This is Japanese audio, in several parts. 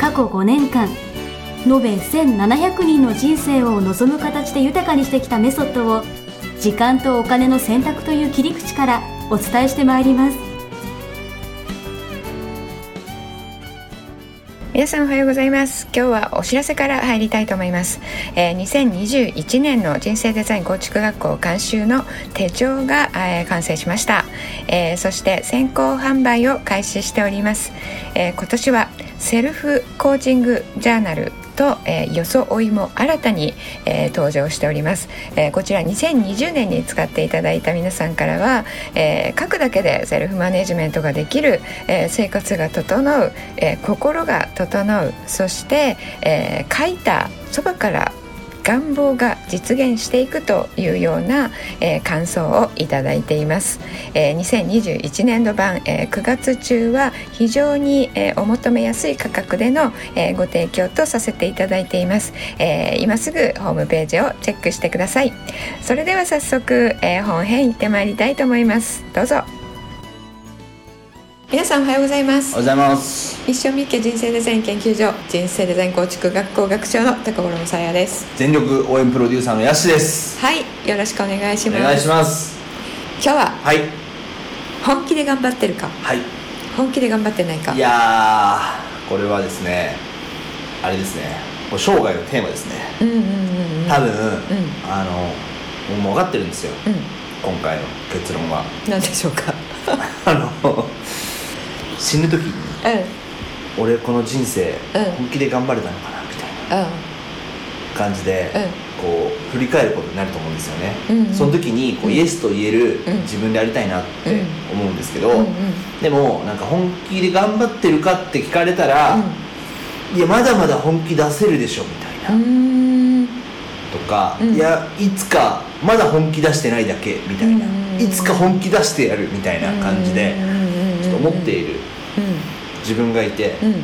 過去5年間延べ1700人の人生を望む形で豊かにしてきたメソッドを時間とお金の選択という切り口からお伝えしてまいります皆さんおはようございます今日はお知らせから入りたいと思います、えー、2021年の人生デザイン構築学校監修の手帳が、えー完成しました、えーそして先行販売を開始しております、えー今年はセルフコーチングジャーナルと、えーよそおいも新たに、えー登場しております、えーこちら2020年に使っていただいた皆さんからは、えー書くだけでセルフマネジメントができる、えー生活が整う、えー心が整うそして、えー書いたそばから願望が実現していくというような、えー感想をいただいています、えー2021年度版、えー9月中は非常に、えーお求めやすい価格での、えーご提供とさせていただいています、えー今すぐホームページをチェックしてくださいそれでは早速、えー本編行ってまいりたいと思いますどうぞ皆さんおはようございまおすはようございます一生みっけ人生デザイン研究所人生デザイン構築学校学長の高頃さやです全力応援プロデューサーのヤシですはい、よろしくお願いしおます。願いします今日ははい本気で頑張ってるか、はい本気で頑張ってないか。いやーこれはですねあれですねもう生涯のテーマですねうんうんうんうん。多分、んあのもう分かってるんですよう今回の結論は ん、なんでしょうか。あの死ぬ時にうん、うん、俺この人生、うん本気で頑張れたのかなみたいな感じで、こう振り返ることになると思うんですよね、うんうんその時にこう、うんイエスと言えるうん自分でありたいなって思うんですけど、うん、うん、でもなんか本気で頑張ってるかって聞かれたら、いやまだまだ本気出せるでしょみたういな、ん、うーん、とか、うんいやいつかまだ本気出してないだけみたいな、うんいつか本気出してやるみたいな感じで、ちょっと思ってる。いる自分がいてうん、うん、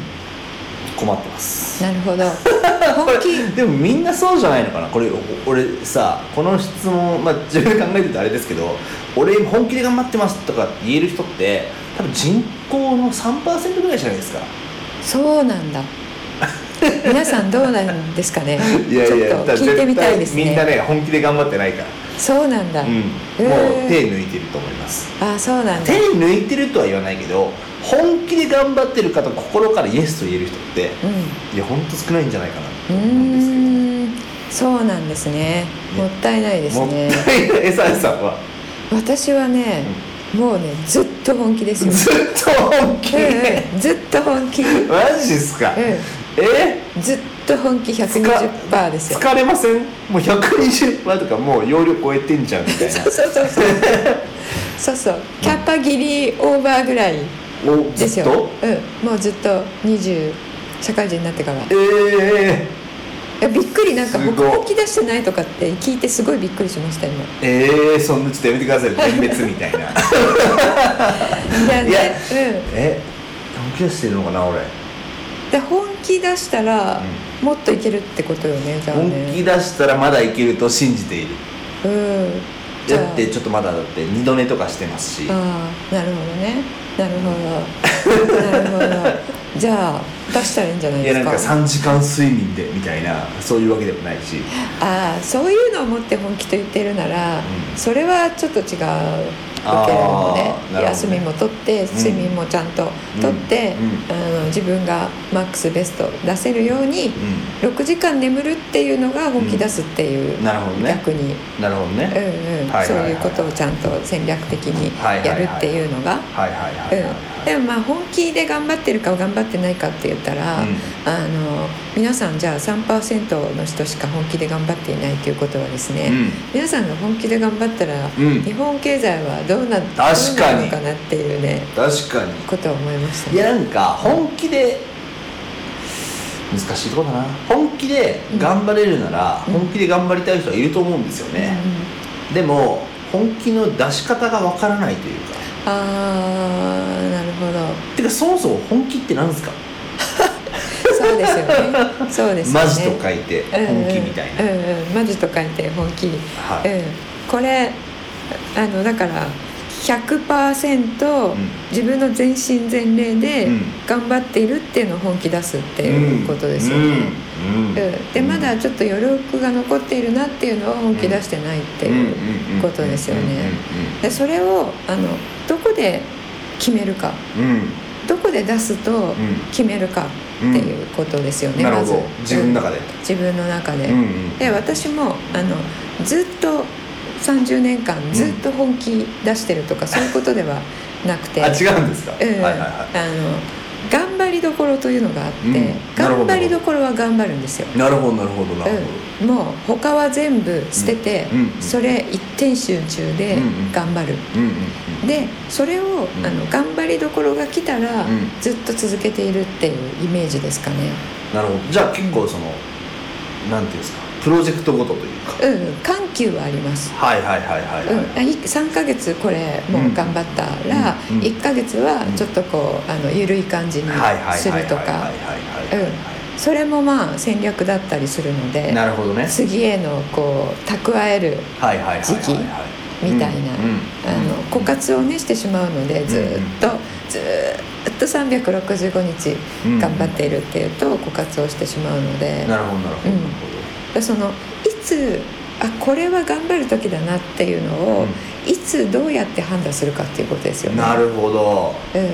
困ってます、なる ほど。これ本気。でもみんなそうじゃないのかなこれお俺さこの質問、まあ、自分で考えててあれですけど俺本気で頑張ってますとか言える人って多分人口の3%ぐらいじゃないですかそうなんだ。皆さんどうなんですかね。 いやいちやょっとだから聞いてみたいです絶対みんなね。ね本気で頑張ってないから、そうなんだ。うん、もへーう手抜いてると思いますあ、そうなんだ手。抜いてるとは言わないけど本気で頑張ってる方心からイエスと言える人ってうん。いやほんと少ないんじゃないかなうと思うんですけーんそうなんですねねもったいないですどねもったいない餌さんは私はね、もうねずっと本気ですよ、ずっと本気ええずっと本気、うん、マジっすかえずっと本気120%ですよ疲れませんもう120話とかもう容量超えてんじゃんみた いなそうそうそうそうそうそうキャパギリオーバーぐらいおですずっよとうん、もうずっと20社会人になってからえええびっくりなんかすごい僕本気出してないとかって聞いてすごいびっくりしました今ええそんなちょっとやめてください点滅みたい ないやねいやうんえ本気出してるのかな俺で本気出したら、もっといけるってことよねじゃあ本ね気出したらまだいけると信じているうんじゃあだってちょっとまだだって二度寝とかしてますしああなるほどねなる ほどなるほどじゃあ出したらいいんじゃないいでやなすんかか3時間睡眠でみたいなそういうわけでもないしああそういうのを持って本気と言ってるなら、うんそれはちょっと違うわけれどもねあーなるほどね休みも取って睡眠もちゃんと取って、うあの自分がマックスベスト出せるように6時間眠るっていうのが本気出すっていう、うんなるほどね逆になるほどねうんうんはいはいはいそういうことをちゃんと戦略的にはいはいやはいるっていうのが、はいはいはいはいうん、でもまあ本気で頑張ってるか頑張ってないかって言ったら、うんあの皆さんじゃあ3%の人しか本気で頑張っていないということはですね、うん皆さんが本気で頑張ったら、うん日本経済はどうなどうな確かるにのかなっていうね確かにことを思いましたいね。やなんか本気で難しいとこだな本気で頑張れるなら、うん本気で頑張りたい人はいると思うんですよね、でも本気の出し方がわからないというかあーなるほどてかそもそも本気って何ですかそうですよねそうですよねマジと書いてうんうん本気みたいな、うんうんマジと書いて本気、うん、はい、これあのだから100%、うん自分の全身全霊でうん頑張っているっていうのを本気出すっていうことですよね、うんうんうんでまだちょっと余力が残っているなっていうのは本気出してないっていう、ことですよねでそれをあのどこで決めるかうんうんうんうんどこで出すと決めるかってうんうんいうことですよね、なるまほずど自分の中で、自分の中で、うんうんで私もあのずっと30年間ずっと本気出してるとか、そういうことで はなくてあ違うんですか、うんはいはいはあの頑張りどころというのがあって、うんなるほ頑ど張りどころは頑張るんですよ、いなるほどなるほどなるほど、うん、もう他は全部捨てて、うんうんそれ一点集中でうんうん頑張る、うんうんでそれを、んあの頑張りどころが来たら、うんずっと続けているっていうイメージですかね、うんなるほどじゃあ結構その、なんていうんですかプロジェクトごとというか、うん、緩急はありますはいはいはいはいはい、うん、い3ヶ月これもう頑張ったら、うんうん1ヶ月はちょっとこうあの緩い感じにはいはいはいすはいるとはいかはいはいはいそれもまあ戦略だったりするのでなるほどね次へのこう蓄えるはいはいはいはい時期みたいな、あの枯渇をねしてしまうのでずっと、ずっと365日頑張っているっていうと枯渇をしてしまうので、なるほどなるほどうんなるそのいつあこれは頑張る時だなっていうのを、いつどうやって判断するかっていうことですほよどね。なるほどうんうん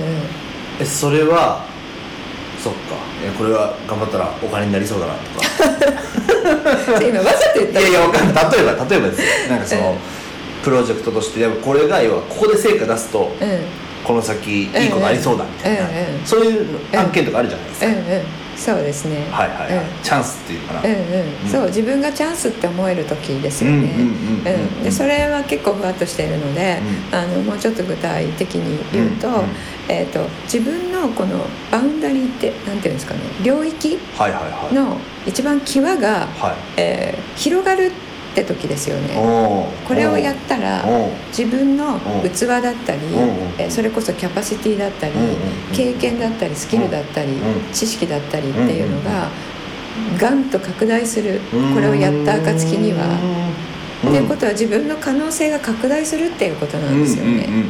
えそれはそっかえこれは頑張ったらお金になりそうだなと かで今わざと言っいたやいやわかんない例えば例えばですよなんかそうんのプロジェクトとしてでもこれが要はここで成果出すとうんうんうんこの先いいことありそうだみたいうんうんなそういう案件とかあるじゃないですかそうですねはいはいはういチャンスっていうのかなうんうんうんそう自分がチャンスって思える時ですよねうんうんうんうんうんでそれは結構ふわっとしているので、あのもうちょっと具体的に言うと,、うんうんえー、と自分のこのバウンダリーってなんていうんですかね領域はいはいはいの一番際が、はいえー広がるって時ですよねおーこれをやったらおー自分のうん器だったりんうんえーそれこそキャパシティだったりうんうんうん経験だったりスキルだったりうん知識だったりっていうのがガンと拡大するこれをやった暁にはうっんていうことは自分の可能性が拡大するっていうことなんですようんね。うんうん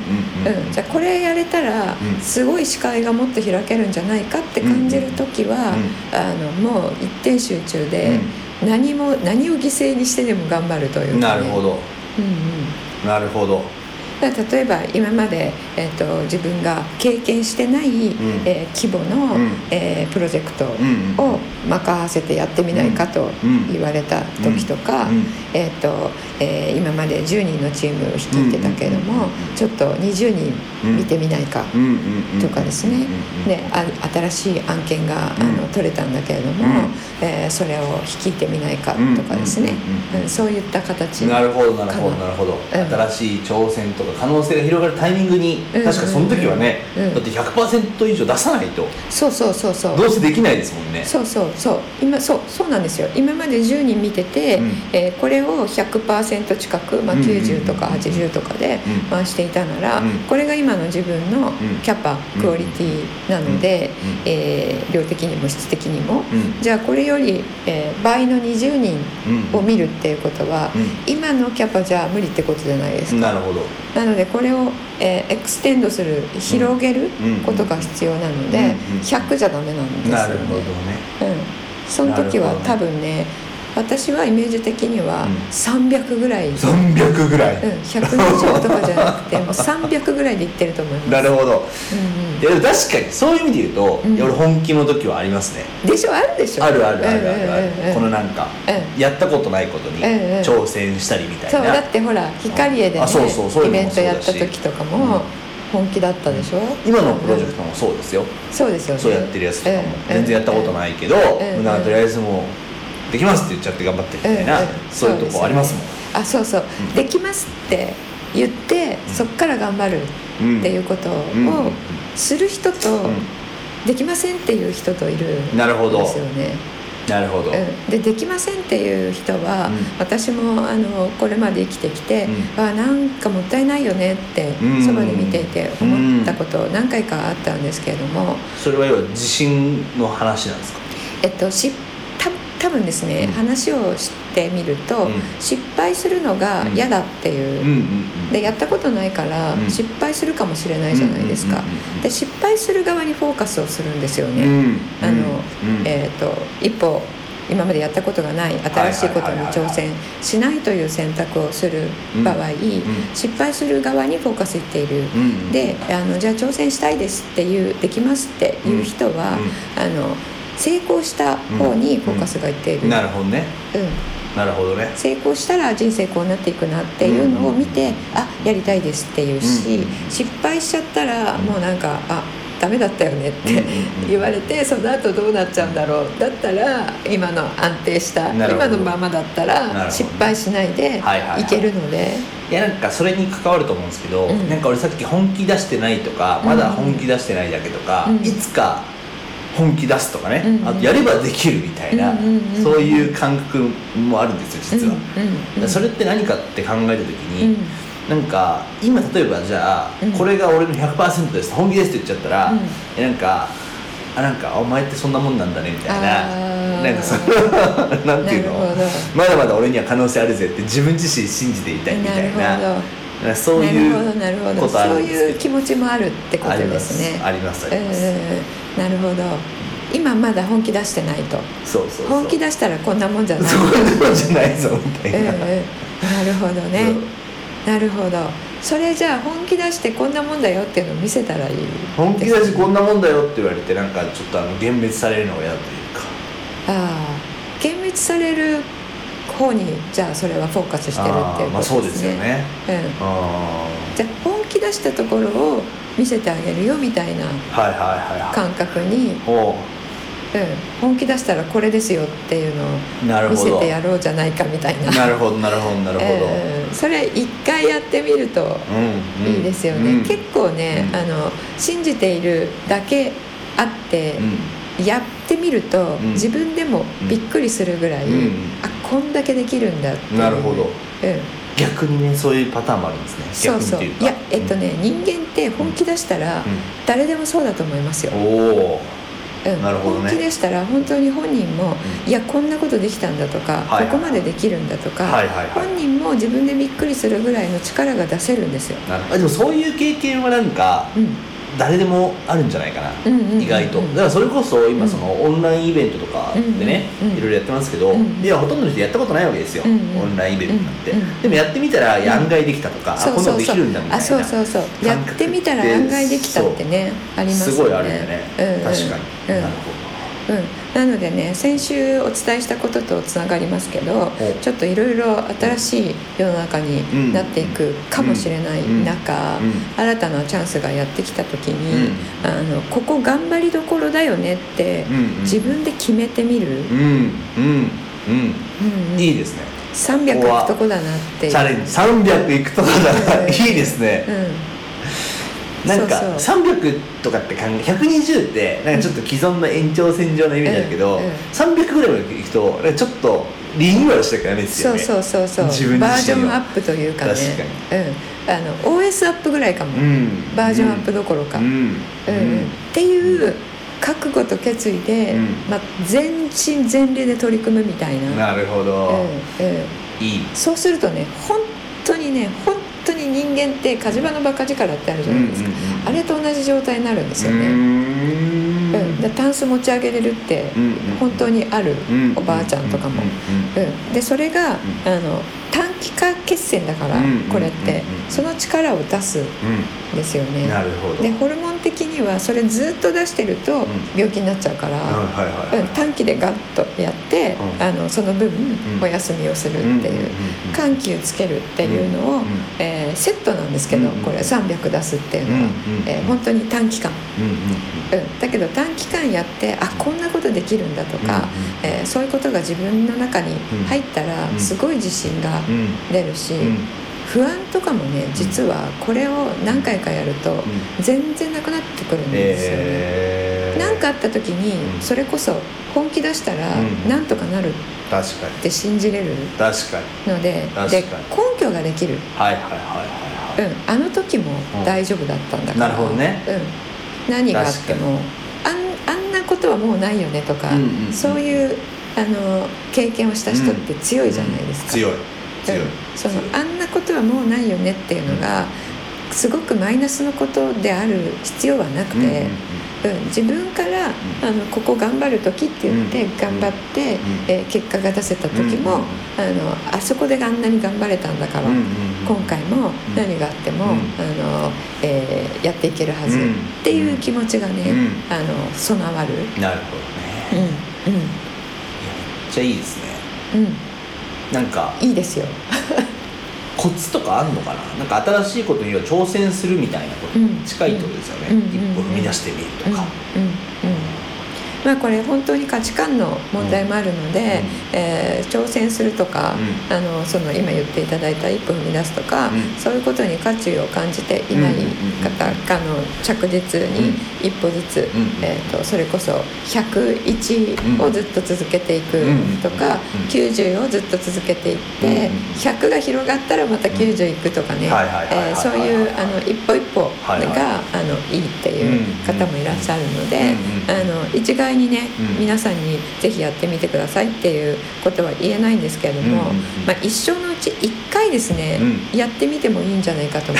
うんうん、じゃあこれやれたらうんすごい視界がもっと開けるんじゃないかって感じる時はあのもう一点集中で何も何を犠牲にしてでも頑張るというう、んなるほど、どうんうん、なるほどだから例えば今まで、えー、と自分が経験してない、んえー規模の、うんえープロジェクトうんを任せてやってみないかとうん言われた時とか、うんえーとえー今まで10人のチームを率いてたけれども、うんちょっと20人見てみないか。うんうんうんとかですねうんであ新しい案件があのうん取れたんだけれども、うんえーそれを率いてみないかとかですね、うんうんうんうんうんそういった形なるほどなるほどかななるほどうん新しい挑戦とか可能性が広がるタイミングにうん確かその時はねうんだって100%以上出さないとそうそうそうそうどうせできないですもんねそうそうそう今そうそうなんですよ今まで10人見てて、うんえーこれを100%近く、まあ、うんうんうん90とか80とかでうん回していたなら、うんこれが今の自分のんキャパ、クオリティなので、うんうんえー量的にも質的にも、うんじゃあこれより、えー倍の20人を見るっていうことは、う今のキャパじゃ無理ってことじゃないですか。なるほどなのでこれを、えーエクステンドする広げるうんことが必要なので、うんうん100じゃダメなんですよね。なるほどねうん、その時なはるほどね多分ね私はイメージ的にはうん300ぐらい、うん、 300ぐらい120とかじゃなくてもう300ぐらいでいってると思いますなるほどうんうんい やでも確かにそういう意味で言うとうんいや俺本気の時はありますねでしょあるでしょあるあるあるあるあるうんうんうんうんこのなんかうやったことないことにうんうん挑戦したりみたいそうだなってほら光栄でねあそうそうそういイうのベもントやった時とかそうだもし本気だったでしょ、今のプロジェクトもそうですよそうですよねそうやってるやつとかもうん全然やったことないけどうんなんかとりあえずもうできますって言っちゃって頑張ってみたいなうんうんそういうとこありますもんあそうそう、うんできますって言ってそっから頑張るっていうことをうんする人とうんできませんっていう人といるんなるほどですよね。なるほど、うん、でできませんっていう人は、うん私もあのこれまで生きてきて、うあなんかもったいないよねってうんそばで見ていて思ったこと何回かあったんですけれども、それは要は自信の話なんですかえっと、した多分ですね、うん話をしてみると、うん失敗するのが嫌だっていう。うんうんうんでやったことないからうん失敗するかもしれないじゃないですかうんうんうんうんで失敗する側にフォーカスをするんですよね、うんあのうんうんえー、と一歩今までやったことがない新しいことに挑戦しないという選択をする場合、失敗する側にフォーカスいっている、うんであのじゃあ挑戦したいですっていうできますっていう人は、あの成功した方にフォーカスがいっている、なるほどねうんなるほどね成功したら人生こうなっていくなっていうのを見て、うんあやりたいですっていうし、うん失敗しちゃったらもうなんか、あダメだったよねってうんうんうん言われてその後どうなっちゃうんだろうだったら今の安定したなるほ今どのままだったなるほらど失敗しないではいはいはいいけるのでいやなんかそれに関わると思うんですけど、うんなんか俺さっき本気出してないとかまだ本気出してないだけとか、うんいつか本気出すとかね、うんあとやればできるみたいな、うんうんうんうんそういう感覚もあるんですよ実は、だかうんうんらそれって何かって考えた時うんに、なんか今例えばじゃあ、うんこれが俺の100%です本気ですって言っちゃったら、うんえなんかあなんかお前ってそんなもんなんだねみたいあーななんかそのなんていうのなるほ どまだまだ俺には可能性あるぜって自分自身信じていたいみたいなるなほどなんかそういなるほどなるほうどことあそうるんですけいどう気持ちもあるってことありまですすねありますあうんりうんうます、んなるほど今まだ本気出してないとそうそうそう本気だ出したらこんなもんじゃないそういうことじゃないぞみたうんういんな、なるほどねなるほどそれじゃあ本気出してこんなもんだよっていうのを見せたらいい本気だしこんなもんだよって言われてなんかちょっとあの幻滅されるのが嫌というかああ厳密される方にじゃあそれはフォーカスしてるっていあーうまこあとそうでですすよねねうんあじゃあ本気出したところを見せてあげるよみたいなーはいはいはいはい感覚に、うん、お本気出したらこれですよっていうのうなをる見ほせどてやろうじゃないかみたいななるほどなるほどなるほど、うんそれ一回やってみるとうんうんいいですよね、うん結構ね、うんあの信じているだけあってう、んやってみると、うん自分でもびっくりするぐらい、うんあこんだけできるんだっていうなるほうどん、逆にねそういうパターンもあるんですねそうそうい逆にというかやえっとね、人間って本気出したら、誰でもそうだと思いますよ、うん、おおうんなるほどね本気出したら本当に本人も、ういやこんなことできたんだとか、はいはいここまでできるんだとか、はいはいはい本人も自分でびっくりするぐらいの力が出せるんですよ、なるあでもそういう経験はなんかうん、誰でもあるんじゃないかな、うんうんうんうん意外とだからそれこそ今そのオンラインイベントとかでね、うんうんうんいろいろやってますけど、うんいやほとんどの人やったことないわけですよ、うんうんオンラインイベントなんて、うんうんでもやってみたら、いや案外できたとか、あそうこんなそのうでそきうるんだみたいなあそうそうそうやってみたら感案覚外ってできたってねありますすごいあるんだよね、うんうん確かに、うんなるうん、なのでね先週お伝えしたこととつながりますけどおちょっといろいろ新しい世の中になっていくかもしれないうん中、うんうん新たなチャンスがやってきた時に、うあのここ頑張りどころだよねって、うんうん自分で決めてみる、ほどうんうんうんううんんいいですね300いここはくとこだなっていうチャレンジ300いくとこだうなんいいですね、うん、なんかそうそう300とかって考え120ってなんかちょっと既存の延長線上の意味だけど、うんうん300ぐらいまでいくとなんかちょっとリニューアルしていかないですよそうねそうそうそう自分自身をバージョンアップというかね確うん、あの OS アップぐらいかも、んバージョンアップどころか、ううんんうんっていう覚悟と決意で、うんまあ、全身全霊で取り組むみたいななるほど、うんうんいいそうするとね本当にね本当に人間って火事場のバカ力ってあるじゃないですか、うんうんうんあれと同じ状態になるんですよね、んうん、でタンス持ち上げれるってうんうん本当にあるうんおばあちゃんとかもうんううんん、でそれが、あの短期化決戦だから、うんこれって、うんうんうんその力を出すんうですよねんなるほどでホルモン的にはそれずっと出してるとん病気になっちゃうから、はいはいはいうん短期でガッとやって、うんあのその分、んお休みをするうんうんうんっていう、緩急つけるっていうのを、うんうんえーセットなんですけど、うんうんこれ300出すっていうのは、うんうんえー本当に短期間うんうんうん、だけど短期間やってあこんなことできるんだとか、うんえーそういうことが自分の中にうん入ったらうんすごい自信がうんうん出るし、うん不安とかもね実はこれを何回かやるとん全然なくなってくるんですよね。えー何かあった時に、うんそれこそ本気出したらうんなんとかなるっ確かにて信じれる確かにので確かにで根拠ができる、はいはいはいはういん、あの時も大丈夫だったんだから、なるほどねうん、何があってもあんあんなことはもうないよねとか、うんうんうんそういうあの経験をした人って強いじゃないですか、強い強い、うんその強いあんなことはもうないよねっていうのがすごくマイナスのことである必要はなくうんうんて、うん自分から、あのここ頑張る時って言ってうん頑張って、んえー結果が出せた時も、あうんのあそこであんなに頑張れたんだから、うんうんうん今回もん何があっても、うんあのえーやっていけるはず、うんっていう気持ちがね、うあの備わる。なるほどねうんめっちゃいいですねうんうんなんかいいですよ。コツとかあんのかななんか新しいことには挑戦するみたいなことうんに近いってことですよね、うん一歩踏み出してみるとか、うんうんうんまあ、これ本当に価値観の問題もあるので、えー挑戦するとか、あのその今言っていただいた一歩踏み出すとか、うんそういうことに価値を感じていない方、あの着実に一歩ずつ、うんえー、とそれこそ101をずっと続けていくとか、うんうん90をずっと続けていって、うん100が広がったらまた90いくとかねうんはいはいはいはいはいえーそういうあの一歩一歩が、はいはいあのいいっていう方もいらっしゃるので、うんうんあの一概にね、うん皆さんにぜひやってみてくださいっていうことは言えないんですけれども、うんうんうんまあ、一生のうち一回ですね、うやってみてもいいんじゃないかと思い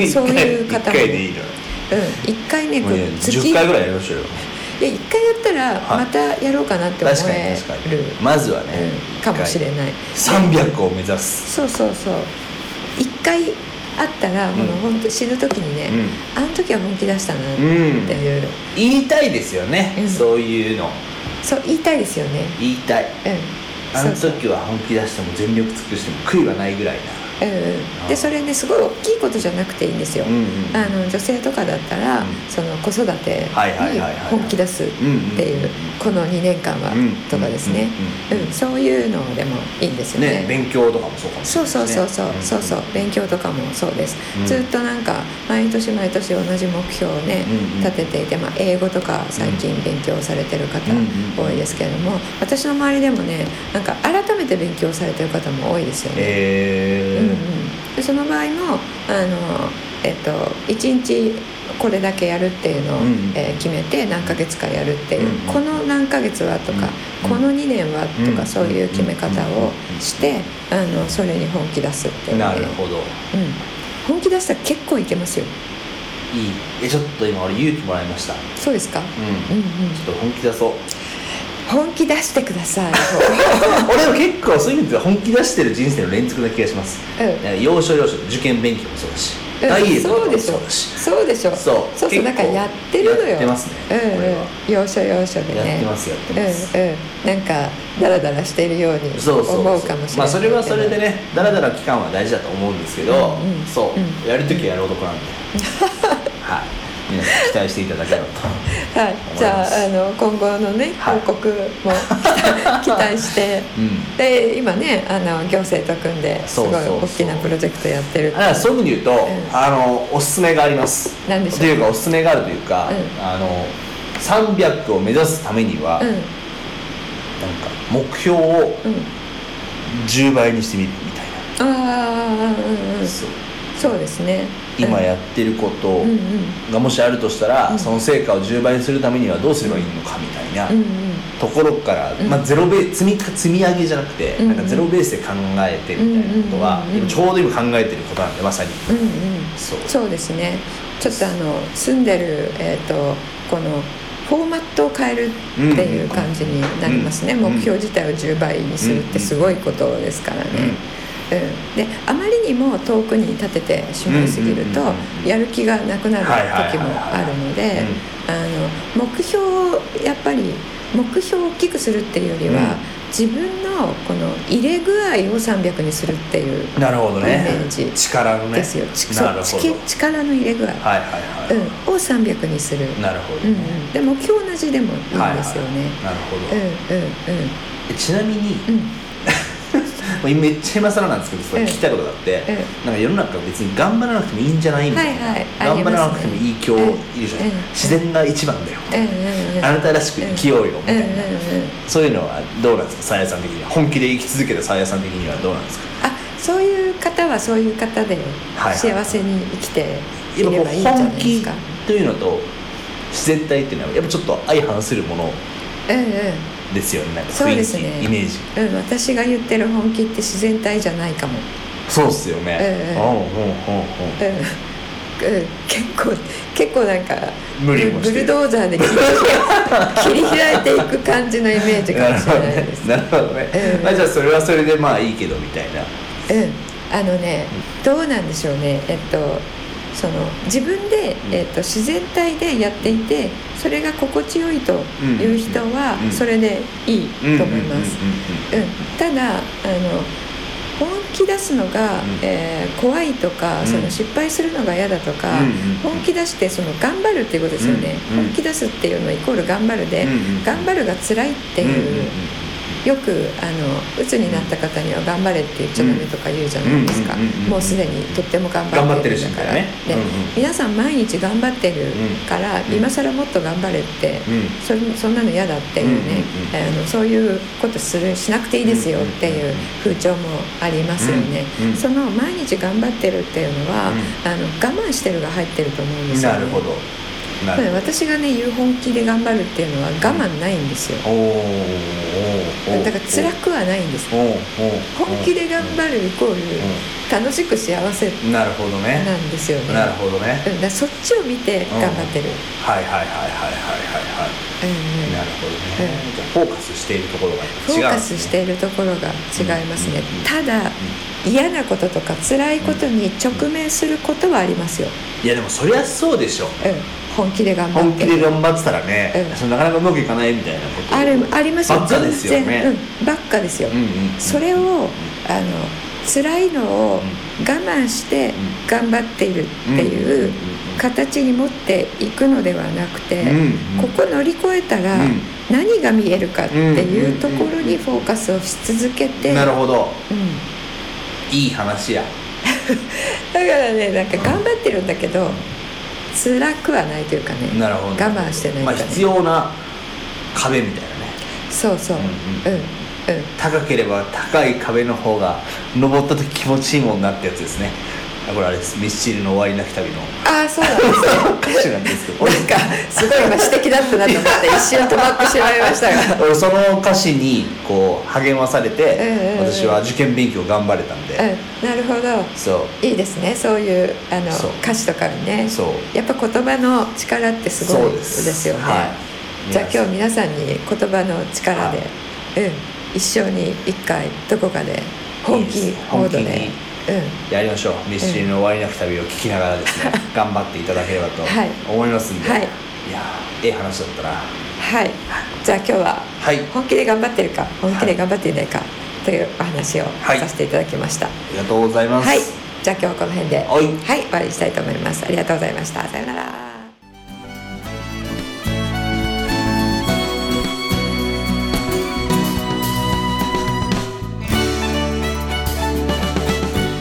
ます。 そういう方も一回でいいのようん、一回ねこもううね月10回ぐらいやりましょうよいや一回やったらはいまたやろうかなって思確かえにる、確かにまずはね、うん、かもしれない300を目指す、そうそうそう一回あったらもう本当死ぬ時にね、あの時は本気出したなってうんいう、言いたいですよね、うんそういうのそう言いたいですよね言いたいうんあのそうそう時は本気出しても全力尽くしても悔いはないぐらいうんうんでそれねすごい大きいことじゃなくていいんですよ、な、んうんあの女性とかだったら、うんその子育てはいはいはいにはいはい本気出すっうんうんていうこの2年間はうんとかですね、ううんんうんそういうのでもいいんですよねね勉強とかもそうかもしれそうないそうそうそう、ですそうねそう勉強とかもそうです、うんずっとなんか毎年毎年同じ目標をね、うんうん立てていて、まあ、英語とか最近勉強されてる方うんうん多いですけれども、私の周りでもねなんか改めて勉強されてる方も多いですよね、えうんうーん、でその場合もあの、えっと、1日これだけやるっていうのを、うんうんえー決めて何ヶ月かやるっていう、うんうんこの何ヶ月はとか、うんこの2年はとか、うんそういう決め方をして、あのそれに本気出すっていうねなるほどうん、本気出したら結構いけますよいいえちょっと今俺勇気もらいましたうんそうですか、うんうん、ちょっと本気出そう 本気出してください俺も結構そういう意味では本気出してる人生の連続な気がしますうんなんか要所要所受験勉強もそうだしうんダイエットとかそうもでしそょうだしそうでしょそうそう結構だからやってるのよやってますねうん俺うんは要所要所でねやってますやってますうんうん、なんかダラダラしているようにそうそう思うかもしれないけどまあそれはそれでねだらだら期間は大事だと思うんですけどうんうんそううやるときはやる 男なんではい皆さん期待していただければ とはいじゃああ思いの今後のねはい報告も 期待してうんで今ねあの行政と組んですごいそうそうそ大うきなプロジェクトやってるってだからそういうふうに言うと、んあのおすすめがあります何でしょうというかおすすめがあるというか、うんあの300を目指すためには、うんなんか目標をうん10倍にしてみるみたあいあうんうな、んそうそうですね今やってるこうとんうんがもしあるとしたら、うんその成果を10倍にするためにはどうすればいいのかみたいな、うんうんところから、んまあ、ゼロベ積み積み上げじゃなくて、うんなんかゼロベースで考えてみたいなことは、うんうんうんうん今ちょうど今考えてることなんでまさに、うんうんそうそうですねちょっとあの住んでる、えー、とこのフォーマットを変えるっていう感じになりますね、うんうん目標自体を10倍にするってすごいことですからね、うんであまりにも遠くに立ててしまいすぎるとうんうんうんやる気がなくなるはいはいはいはい時もあるのであの目標をやっぱり目標を大きくするっていうよりは、うん自分のこの入れ具合を300にするっていうなるほどねイメージ力のねですよ、ちそうなるほどち力の入れ具合、はいはいはい、うん、を300にする、なるほど、うんうん、で目標同じでもいいんですよね、なるほど、うんうんえちなみに、うんうんまあめっちゃ今更なんですけどそれ聞きたいことがあって、うんなんか世の中別に頑張らなくてもいいんじゃないみたいな、はいはい頑張らなくてもいい今日いるじゃん、うん自然が一番だよ、うんうんうんあなたらしく生きようよみたうんいうんな、うんそういうのはどうなんですかさやさん的には本気で生き続けたさやさん的にはどうなんですかあそういう方はそういう方ではい幸せに生きていやっれぱばこいいうんじゃな本いで気すかというのと自然体っていうのはやっぱちょっと相反するものうんうんですよねなんかそう雰で囲す気、ねイメージうん、私が言ってる本気って自然体じゃないかも、そうっすよね、ええうんうんうんうんうん、結構結構なんか無理もブしてルるドーザーで切り開切り開いていく感じのイメージうんかなもるしほどれないねです、 なるほどね、ええまあ、じゃあそれはそれでまあいいけどみたいなうん、あのねどうなんでしょうねえっとその自分で、うんえっと、自然体でやっていてそれが心地よいという人はうんそれでいいと思いますうんうんううんん、ただあの本気出すのが、うんえー怖いとか、うんその失敗するのが嫌だとか、うんうんうん本気出してその頑張るっていうことですよね、うんうん本気出すっていうのイコール頑張るで、うんうん頑張るが辛いってうんうんいう、よくあの鬱になった方には頑張れって言っちゃダメとか言うじゃないですか、うんうんうんうんもうすでにとっても頑張ってる頑張ってるしんみだかたいらなねでうんうん皆さん毎日頑張ってるから、うん今更もっと頑張れって、うんうんそんそんなの嫌だっていうね、うんあのそういうことするしなくていいですよっていう風潮もありますよね、うんうんその毎日頑張ってるっていうのは、うんあの我慢してるが入ってると思うんでうんすよ、ね、なるほどなだかるら私がね言う本気で頑張るっていうのは我慢ないんですよほどおーおーおーだから辛くはないんですおーおー本気で頑張るイコール楽しく幸せうんなるほどねなんですよねなるほどねうんだからそっちを見て頑張ってる、はいはいはいはいはいはいはいうんうんなるほどね、じゃあフォーカスしているところが違うんですフねォーカスしているところが違いますね、ただ嫌なこととか辛いことに直面することはありますよ、いやでもそりゃそうでしょうん、本気で頑張本って気で頑張ってたらね、うんそのなかなかうまくいかないみたいなことあるありますよばっかですよね全然うん、ばっかですよ、うんうんそれをあの辛いのを我慢して頑張っているっていう形に持っていくのではなくて、うんここ乗り越えたらうん何が見えるかっていうところにうんフォーカスをし続けて、なるほどうんいい話やだからねなんか頑張ってるんだけど辛くはないというかねなるほど我慢してないまあからね必要な壁みたいなねそうそうううんんううんん、高ければ高い壁の方が登った時気持ちいいもんなってやつですねあこれあれですミッシールの終わりなき旅の ああそうなんですね歌詞なんですけど俺なんかすごい今詩的だったなと思って一瞬止まってしまいました が 俺その歌詞にこう励まされて、うんうんうん私は受験勉強頑張れたんで、うんなるほどそいいですねそういうあのそう歌詞とかねうそうやっぱ言葉の力ってすそごういでですすよねはいじゃあ今日日皆さんに言葉の力で、はうん一生に一回どこかで本いい気ですモードで本気にうんやりましょうミッシールの終わりなき旅を聞きながらですね、頑張っていただければとはい思いますんで、はいやーええ話だったなはい、じゃあ今日ははい本気で頑張ってるか本気で頑張っていないかというお話をはいさせていただきました。はありがとうございい、ます、じゃあ今日はこの辺で、はいはい、終わりにしたいと思います。ありがとうございました。さようなら。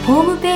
ホームペ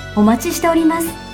お待ちしております